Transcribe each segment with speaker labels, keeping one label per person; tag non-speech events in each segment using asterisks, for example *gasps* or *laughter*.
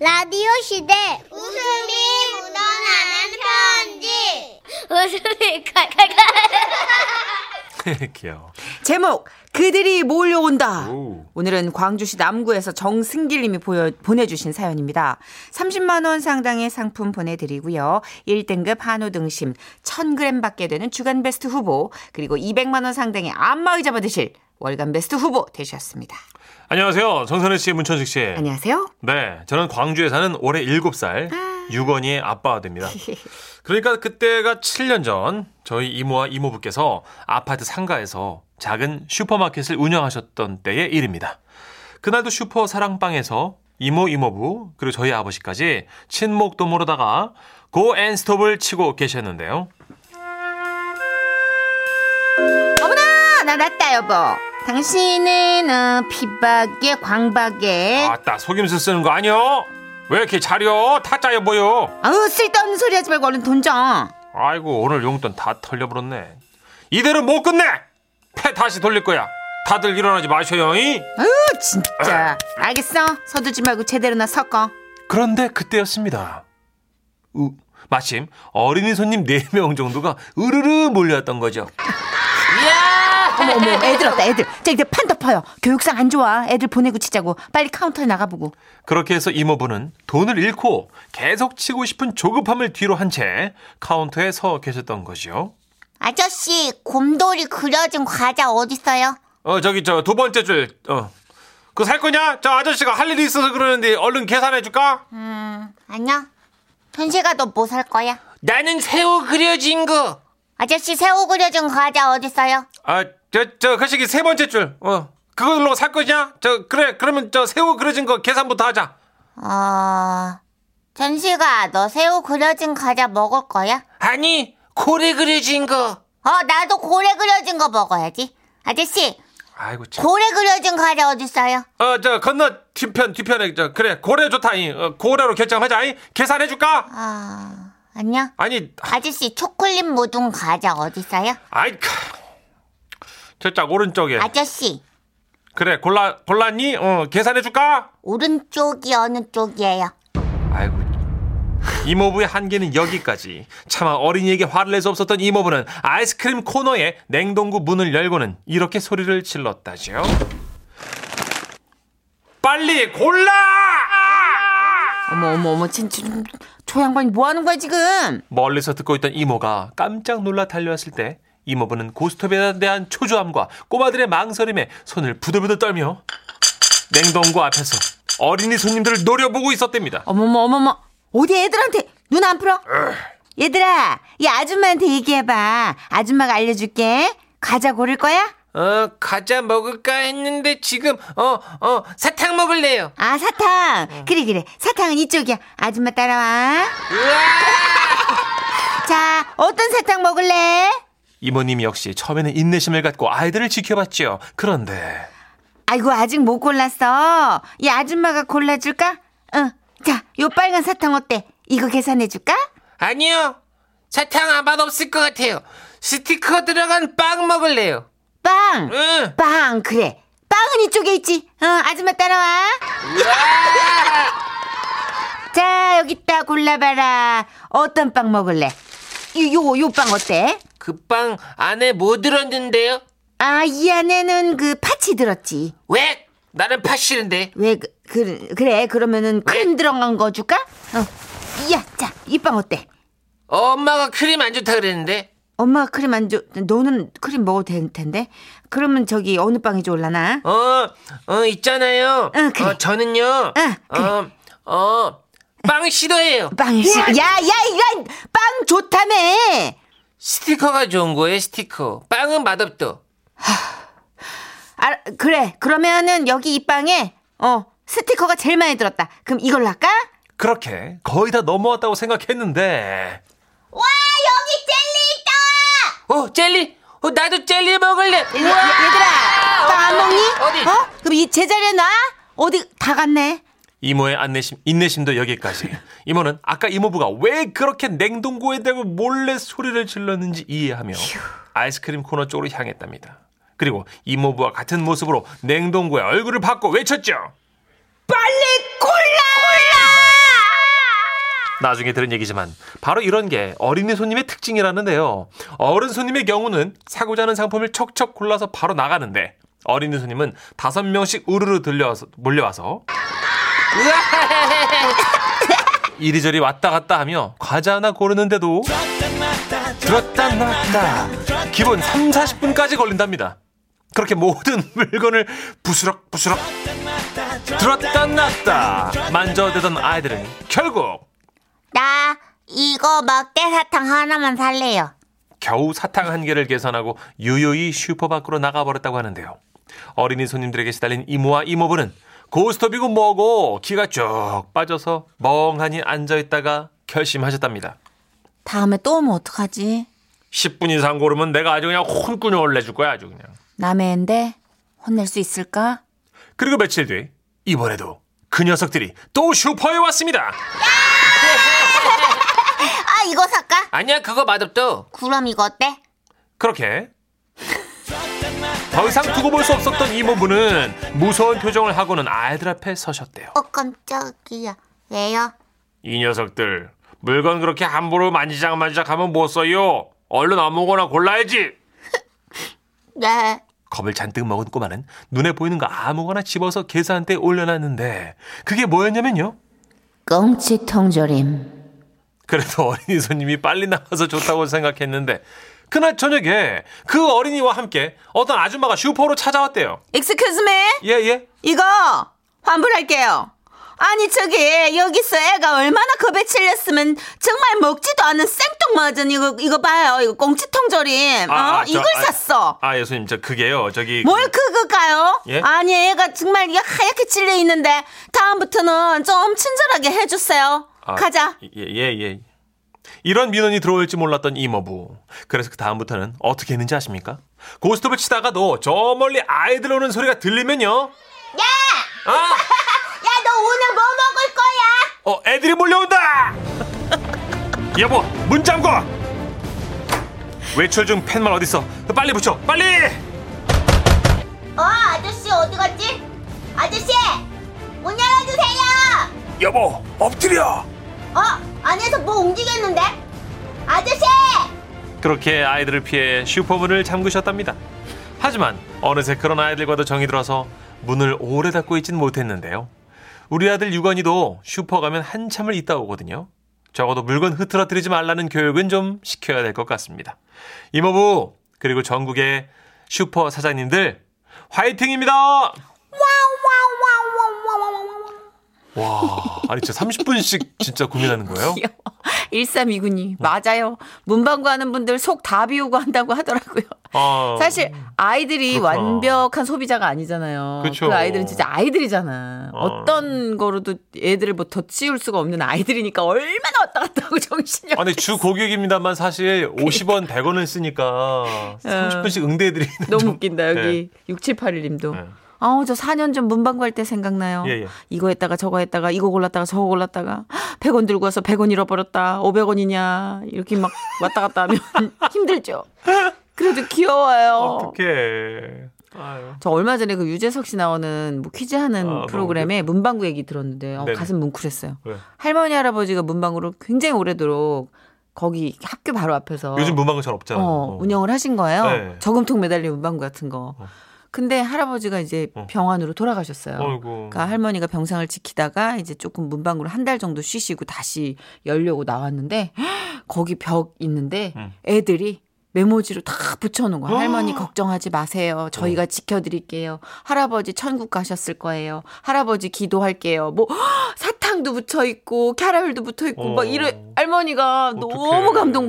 Speaker 1: 라디오 시대
Speaker 2: 웃음이 묻어나는 편지.
Speaker 1: 웃음이 칼칼칼
Speaker 3: *laughs* 귀여워.
Speaker 4: 제목 그들이 몰려온다.
Speaker 3: 오.
Speaker 4: 오늘은 광주시 남구에서 정승길님이 보여, 보내주신 사연입니다. 30만 원 상당의 상품 보내드리고요. 1등급 한우 등심 1,000g 받게 되는 주간 베스트 후보 그리고 200만 원 상당의 안마의자 받으실 월간 베스트 후보 되셨습니다.
Speaker 3: 안녕하세요. 정선혜 씨, 문천식 씨.
Speaker 4: 안녕하세요.
Speaker 3: 네, 저는 광주에 사는 올해 7살
Speaker 4: 아.
Speaker 3: 유건이의 아빠가
Speaker 4: *laughs*
Speaker 3: 됩니다. 그러니까 그때가 7년 전 저희 이모와 이모부께서 아파트 상가에서 작은 슈퍼마켓을 운영하셨던 때의 일입니다. 그날도 슈퍼 사랑방에서 이모 이모부 그리고 저희 아버지까지 친목 도모로다가 고 앤스톱을 치고 계셨는데요.
Speaker 4: 아, 어머나 나 났다 여보. 당신은 어, 피박에 광박에
Speaker 3: 아따 속임수 쓰는 거 아니요? 왜 이렇게 잘이요? 타짜여 보여.
Speaker 4: 아우 쓸데없는 소리 하지 말고 얼른 돈정.
Speaker 3: 아이고 오늘 용돈 다 털려버렸네 이대로 못 끝내 패 다시 돌릴 거야 다들 일어나지 마셔요 이?
Speaker 4: 아유
Speaker 3: *laughs*
Speaker 4: 진짜 알겠어 서두지 말고 제대로나 섞어
Speaker 3: 그런데 그때였습니다 으, 마침 어린이 손님 4명 정도가 으르르 몰려왔던 거죠
Speaker 4: 어머 어머 애들 왔다 애들 자 이제 판 덮어요 교육상 안 좋아 애들 보내고 치자고 빨리 카운터에 나가보고
Speaker 3: 그렇게 해서 이모부는 돈을 잃고 계속 치고 싶은 조급함을 뒤로 한 채 카운터에 서 계셨던 거지요
Speaker 1: 아저씨 곰돌이 그려진 과자 어딨어요?
Speaker 3: 어 저기 저 두 번째 줄어그살 거냐? 저 아저씨가 할 일이 있어서 그러는데 얼른 계산해 줄까?
Speaker 1: 아니야 현식아 너 뭐 살 거야?
Speaker 3: 나는 새우 그려진 거
Speaker 1: 아저씨 새우 그려진 과자 어딨어요?
Speaker 3: 아, 저, 저, 거시기 세 번째 줄. 어. 그걸로 살 거냐? 저, 그래. 그러면 저 새우 그려진 거 계산부터 하자.
Speaker 1: 어... 현식아 너 새우 그려진 과자 먹을 거야?
Speaker 3: 아니, 고래 그려진 거.
Speaker 1: 어 나도 고래 그려진 거 먹어야지 아저씨
Speaker 3: 아이고, 참.
Speaker 1: 고래 그려진 과자 어딨어요?
Speaker 3: 어, 저, 건너 뒤편, 뒤편에, 저, 그래. 고래 좋다. 이. 어, 고래로 결정하자. 이. 계산해줄까?
Speaker 1: 아... 아니야
Speaker 3: 아니,
Speaker 1: 아저씨 초콜릿 묻은 과자 어딨어요?
Speaker 3: 아이, 크. 저짝 오른쪽에.
Speaker 1: 아저씨
Speaker 3: 그래, 골라, 골랐니? 어, 계산해줄까?
Speaker 1: 오른쪽이 어느 쪽이에요?
Speaker 3: 아이고. 이모부의 한계는 여기까지. 차마 어린이에게 화를 낼 수 없었던 이모부는 아이스크림 코너에 냉동고 문을 열고는 이렇게 소리를 질렀다지요. 빨리 골라!
Speaker 4: 어머 어머 어머 진짜 저 양반이 뭐 하는 거야 지금
Speaker 3: 멀리서 듣고 있던 이모가 깜짝 놀라 달려왔을 때 이모부는 고스톱에 대한 초조함과 꼬마들의 망설임에 손을 부들부들 떨며 냉동고 앞에서 어린이 손님들을 노려보고 있었답니다.
Speaker 4: 어머머 어머머 어디 애들한테 눈 안 풀어 얘들아 이 아줌마한테 얘기해봐 아줌마가 알려줄게 과자 고를 거야
Speaker 3: 어, 과자 먹을까 했는데 지금 어, 어, 사탕 먹을래요.
Speaker 4: 아 사탕 그래 그래 사탕은 이쪽이야 아줌마 따라와 *laughs* 자 어떤 사탕 먹을래
Speaker 3: 이모님 역시 처음에는 인내심을 갖고 아이들을 지켜봤지요. 그런데
Speaker 4: 아이고 아직 못 골랐어. 이 아줌마가 골라줄까? 응. 자, 요 빨간 사탕 어때? 이거 계산해줄까?
Speaker 5: 아니요. 사탕 아맛 없을 것 같아요. 스티커 들어간 빵 먹을래요.
Speaker 4: 빵.
Speaker 5: 응.
Speaker 4: 빵 그래. 빵은 이쪽에 있지. 어, 아줌마 따라와. 자, 여기 있다. 골라봐라. 어떤 빵 먹을래? 요 요 빵 어때?
Speaker 5: 그 빵 안에 뭐 들었는데요?
Speaker 4: 아, 이 안에는 그 파치 들었지.
Speaker 5: 왜? 나는 팥 싫은데.
Speaker 4: 왜 그, 그, 그래? 그러면은 큰 들어간 거 줄까? 어. 야, 자, 이 빵 어때?
Speaker 5: 엄마가 크림 안 좋다 그랬는데.
Speaker 4: 엄마가 크림 안 줘. 너는 크림 먹어도 될 텐데. 그러면 저기 어느 빵이 좋을라나?
Speaker 5: 어, 어 있잖아요.
Speaker 4: 응, 그래.
Speaker 5: 어, 저는요.
Speaker 4: 응, 그래.
Speaker 5: 어, 어, 빵 싫어해요.
Speaker 4: 아, 빵이 씨. 야, 야, 이건 빵 좋다며.
Speaker 5: 스티커가 좋은 거예요, 스티커. 빵은 맛없도.
Speaker 4: 아, 그래. 그러면은 여기 이 빵에 어, 스티커가 제일 많이 들었다. 그럼 이걸로 할까?
Speaker 3: 그렇게 거의 다 넘어왔다고 생각했는데
Speaker 1: 와 여기 젤리 있다!
Speaker 5: 어, 젤리. 어, 나도 젤리 먹을래.
Speaker 4: 얘- 얘들아, 빵 안 먹니?
Speaker 5: 어디?
Speaker 4: 어? 그럼 이 제자리에 놔. 어디 다 갔네.
Speaker 3: 이모의 안내심, 인내심도 여기까지. 이모는 아까 이모부가 왜 그렇게 냉동고에 대고 몰래 소리를 질렀는지 이해하며 아이스크림 코너 쪽으로 향했답니다. 그리고 이모부와 같은
Speaker 5: *laughs*
Speaker 3: 모습으로 냉동고에 얼굴을 받고 외쳤죠.
Speaker 4: 빨리 골라!
Speaker 3: 나중에 들은 얘기지만 바로 이런 게 어린이 손님의 특징이라는데요. 어른 손님의 경우는 사고자 하는 상품을 척척 골라서 바로 나가는데 어린이 손님은 다섯 명씩 우르르 들려와서 몰려와서 이리저리 왔다 갔다 하며 과자 하나 고르는데도 들었다 놨다 기본 3, 40분까지 걸린답니다. 그렇게 모든 *laughs* 물건을 부스럭부스럭 들었다 놨다 만져대던 아이들은 결국
Speaker 1: 나 이거 먹대 사탕 하나만 살래요.
Speaker 3: 겨우 사탕 한 개를 계산하고 유유히 슈퍼 밖으로 나가버렸다고 하는데요. 어린이 손님들에게 시달린 이모와 이모부는 고스톱이고 뭐고 기가 쭉 빠져서 멍하니 앉아있다가 결심하셨답니다.
Speaker 4: 다음에 또 오면 어떡하지?
Speaker 3: 10분 이상 고르면 내가 아주 그냥 혼꾸녕을 올려줄 거야 아주 그냥.
Speaker 4: 남의 애인데 혼낼 수 있을까?
Speaker 3: 그리고 며칠 뒤 이번에도 그 녀석들이 또 슈퍼에 왔습니다.
Speaker 1: 아, 이거 살까?
Speaker 5: 아니야 그거 맛없어.
Speaker 1: 그럼 이거 어때?
Speaker 3: 그렇게 더 이상 두고 볼 수 없었던 이모부는 무서운 표정을 하고는 아이들 앞에 서셨대요.
Speaker 1: 어, 깜짝이야. 왜요?
Speaker 3: 이 녀석들 물건 그렇게 함부로 만지작 만지작 하면 못 써요. 얼른 아무거나 골라야지.
Speaker 1: 네.
Speaker 3: 겁을 잔뜩 먹은 꼬마는 눈에 보이는 거 아무거나 집어서 계산대에 올려놨는데 그게 뭐였냐면요.
Speaker 4: 꽁치 통조림.
Speaker 3: 그래도 *laughs* 어린이 손님이 빨리 나와서 좋다고 생각했는데 그날 저녁에 그 어린이와 함께 어떤 아줌마가 슈퍼로 찾아왔대요.
Speaker 4: Excuse me?
Speaker 3: 예예.
Speaker 4: 이거 환불할게요. 아니 저기 여기서 애가 얼마나 겁에 찔렸으면 정말 먹지도 않은 생뚱맞은 이거 이거 봐요. 이거 꽁치 통조림. 어?
Speaker 3: 아, 저,
Speaker 4: 이걸 샀어.
Speaker 3: 아, 예, 손님. 저 그게요. 저기
Speaker 4: 뭘 그거가요?
Speaker 3: 예?
Speaker 4: 아니 애가 정말 이게 하얗게 찔려 있는데 다음부터는 좀 친절하게 해주세요.
Speaker 3: 아,
Speaker 4: 가자.
Speaker 3: 예, 예, 예. 이런 민원이 들어올지 몰랐던 이모부. 그래서 그 다음부터는 어떻게 했는지 아십니까? 고스톱을 치다가도 저 멀리 아이들 오는 소리가 들리면요. 야! 아!
Speaker 2: *laughs* 야, 너 오늘 뭐 먹을 거야?
Speaker 3: 어, 애들이 몰려온다! *laughs* 여보, 문 잠궈! 외출 중 펜만 어딨어? 빨리 붙여, 빨리!
Speaker 2: 어, 아저씨 어디 갔지? 아저씨! 문 열어주세요!
Speaker 3: 여보, 엎드려!
Speaker 2: 어, 안에서 뭐 움직였는데? 아저씨!
Speaker 3: 그렇게 아이들을 피해 슈퍼문을 잠그셨답니다. 하지만 어느새 그런 아이들과도 정이 들어서 문을 오래 닫고 있진 못했는데요. 우리 아들 유건이도 슈퍼 가면 한참을 있다 오거든요. 적어도 물건 흐트러뜨리지 말라는 교육은 좀 시켜야 될 것 같습니다. 이모부 그리고 전국의 슈퍼 사장님들 화이팅입니다. 와, 아니 진짜 30분씩 진짜 고민하는 거예요?
Speaker 4: *laughs* 1329님 맞아요. 문방구 하는 분들 속 다 비우고 한다고 하더라고요.
Speaker 3: 아,
Speaker 4: 사실 아이들이
Speaker 3: 그렇구나.
Speaker 4: 완벽한 소비자가 아니잖아요.
Speaker 3: 그쵸.
Speaker 4: 그 아이들은 진짜 아이들이잖아.
Speaker 3: 어.
Speaker 4: 어. 떤 거로도 애들을 뭐 덧치울 수가 없는 아이들이니까 얼마나 왔다 갔다 하고 정신력.
Speaker 3: 아니 주 고객입니다만 사실 50원 100원을 쓰니까 30분씩 응대해드리는
Speaker 4: 예. 너무
Speaker 3: 좀-
Speaker 4: 웃긴다 여기 6781님도.
Speaker 3: 네.
Speaker 4: 아우 저 4년 전 문방구 할 때 생각나요.
Speaker 3: 예, 예.
Speaker 4: 이거 했다가 저거 했다가 이거 골랐다가 저거 골랐다가 100원 들고 와서 100원 잃어버렸다. 500원이냐 이렇게 막 왔다 갔다 하면 *laughs* 힘들죠. 그래도 귀여워요.
Speaker 3: 어, 어떡해 아유.
Speaker 4: 저 얼마 전에 그 유재석 씨 나오는 뭐 퀴즈 하는
Speaker 3: 아, 너무
Speaker 4: 프로그램에 문방구 얘기 들었는데 어,
Speaker 3: 네네.
Speaker 4: 가슴 뭉클했어요.
Speaker 3: 왜?
Speaker 4: 할머니 할아버지가 문방구로 굉장히 오래도록 거기 학교 바로 앞에서
Speaker 3: 요즘 문방구 잘 없잖아요
Speaker 4: 어, 운영을 하신 거예요.
Speaker 3: 네.
Speaker 4: 저금통 매달린 문방구 같은 거. 근데 할아버지가 이제
Speaker 3: 어.
Speaker 4: 병환으로 돌아가셨어요.
Speaker 3: 아이고
Speaker 4: 그러니까 할머니가 병상을 지키다가 이제 조금 문방구를 한 달 정도 쉬시고 다시 열려고 나왔는데 *gasps* 거기 벽 있는데
Speaker 3: 음.
Speaker 4: 애들이 메모지로 다 붙여놓은 거야. 할머니 걱정하지 마세요. 저희가
Speaker 3: 어.
Speaker 4: 지켜드릴게요. 할아버지 천국 가셨을 거예요. 할아버지 기도할게요. 뭐 *gasps* 사탕도 붙여 있고 캐러멜도 붙어 있고
Speaker 3: 어.
Speaker 4: 막 이래 할머니가 너무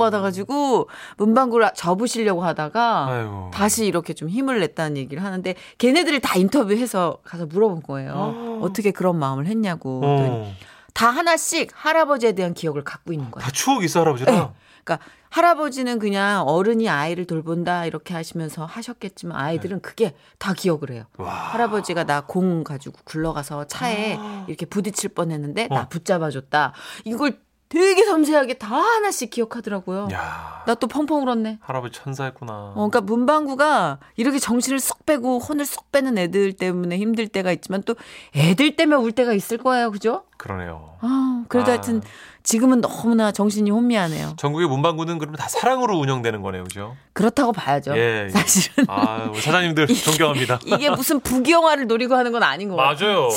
Speaker 4: 감동받아가지고 문방구를 접으시려고 하다가
Speaker 3: 아이고.
Speaker 4: 다시 이렇게 좀 힘을 냈다는 얘기를 하는데 걔네들을 다 인터뷰해서 가서 물어본 거예요. 어. 떻게 그런 마음을 했냐고. 그랬더니
Speaker 3: 어.
Speaker 4: 다 하나씩 할아버지에 대한 기억을 갖고 있는 거예요.
Speaker 3: 다 추억이 있어 할아버지다
Speaker 4: 네. 그러니까 할아버지는 그냥 어른이 아이를 돌본다 이렇게 하시면서 하셨겠지만 아이들은 그게 다 기억을 해요.
Speaker 3: 네. 와.
Speaker 4: 할아버지가 나 공 가지고 굴러가서 차에 이렇게 부딪힐 뻔했는데
Speaker 3: 아. 어.
Speaker 4: 나 붙잡아줬다. 이걸 되게 섬세하게 다 하나씩 기억하더라고요.
Speaker 3: 야,
Speaker 4: 나 또 펑펑 울었네.
Speaker 3: 할아버지 천사였구나.
Speaker 4: 어, 그러니까 문방구가 이렇게 정신을 쏙 빼고 혼을 쏙 빼는 애들 때문에 힘들 때가 있지만 또 애들 때문에 울 때가 있을 거예요, 그죠?
Speaker 3: 그러네요.
Speaker 4: 아, 그래도
Speaker 3: 아.
Speaker 4: 하여튼 지금은 너무나 정신이 혼미하네요.
Speaker 3: 전국의 문방구는 그럼 다 사랑으로 운영되는 거네요, 그죠?
Speaker 4: 그렇다고 봐야죠.
Speaker 3: 예, 예.
Speaker 4: 사실은
Speaker 3: 아, 우리 사장님들 존경합니다.
Speaker 4: *laughs* 이게 어, 무슨 부귀영화를 노리고 하는 건 아닌 것 같아요.
Speaker 3: 맞아요.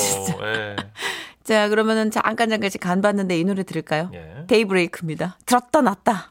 Speaker 3: 예.
Speaker 4: 자, 그러면은 잠깐 잠깐씩 간 봤는데 이 노래 들을까요?
Speaker 3: 예.
Speaker 4: 데이브레이크입니다. 들었다 놨다.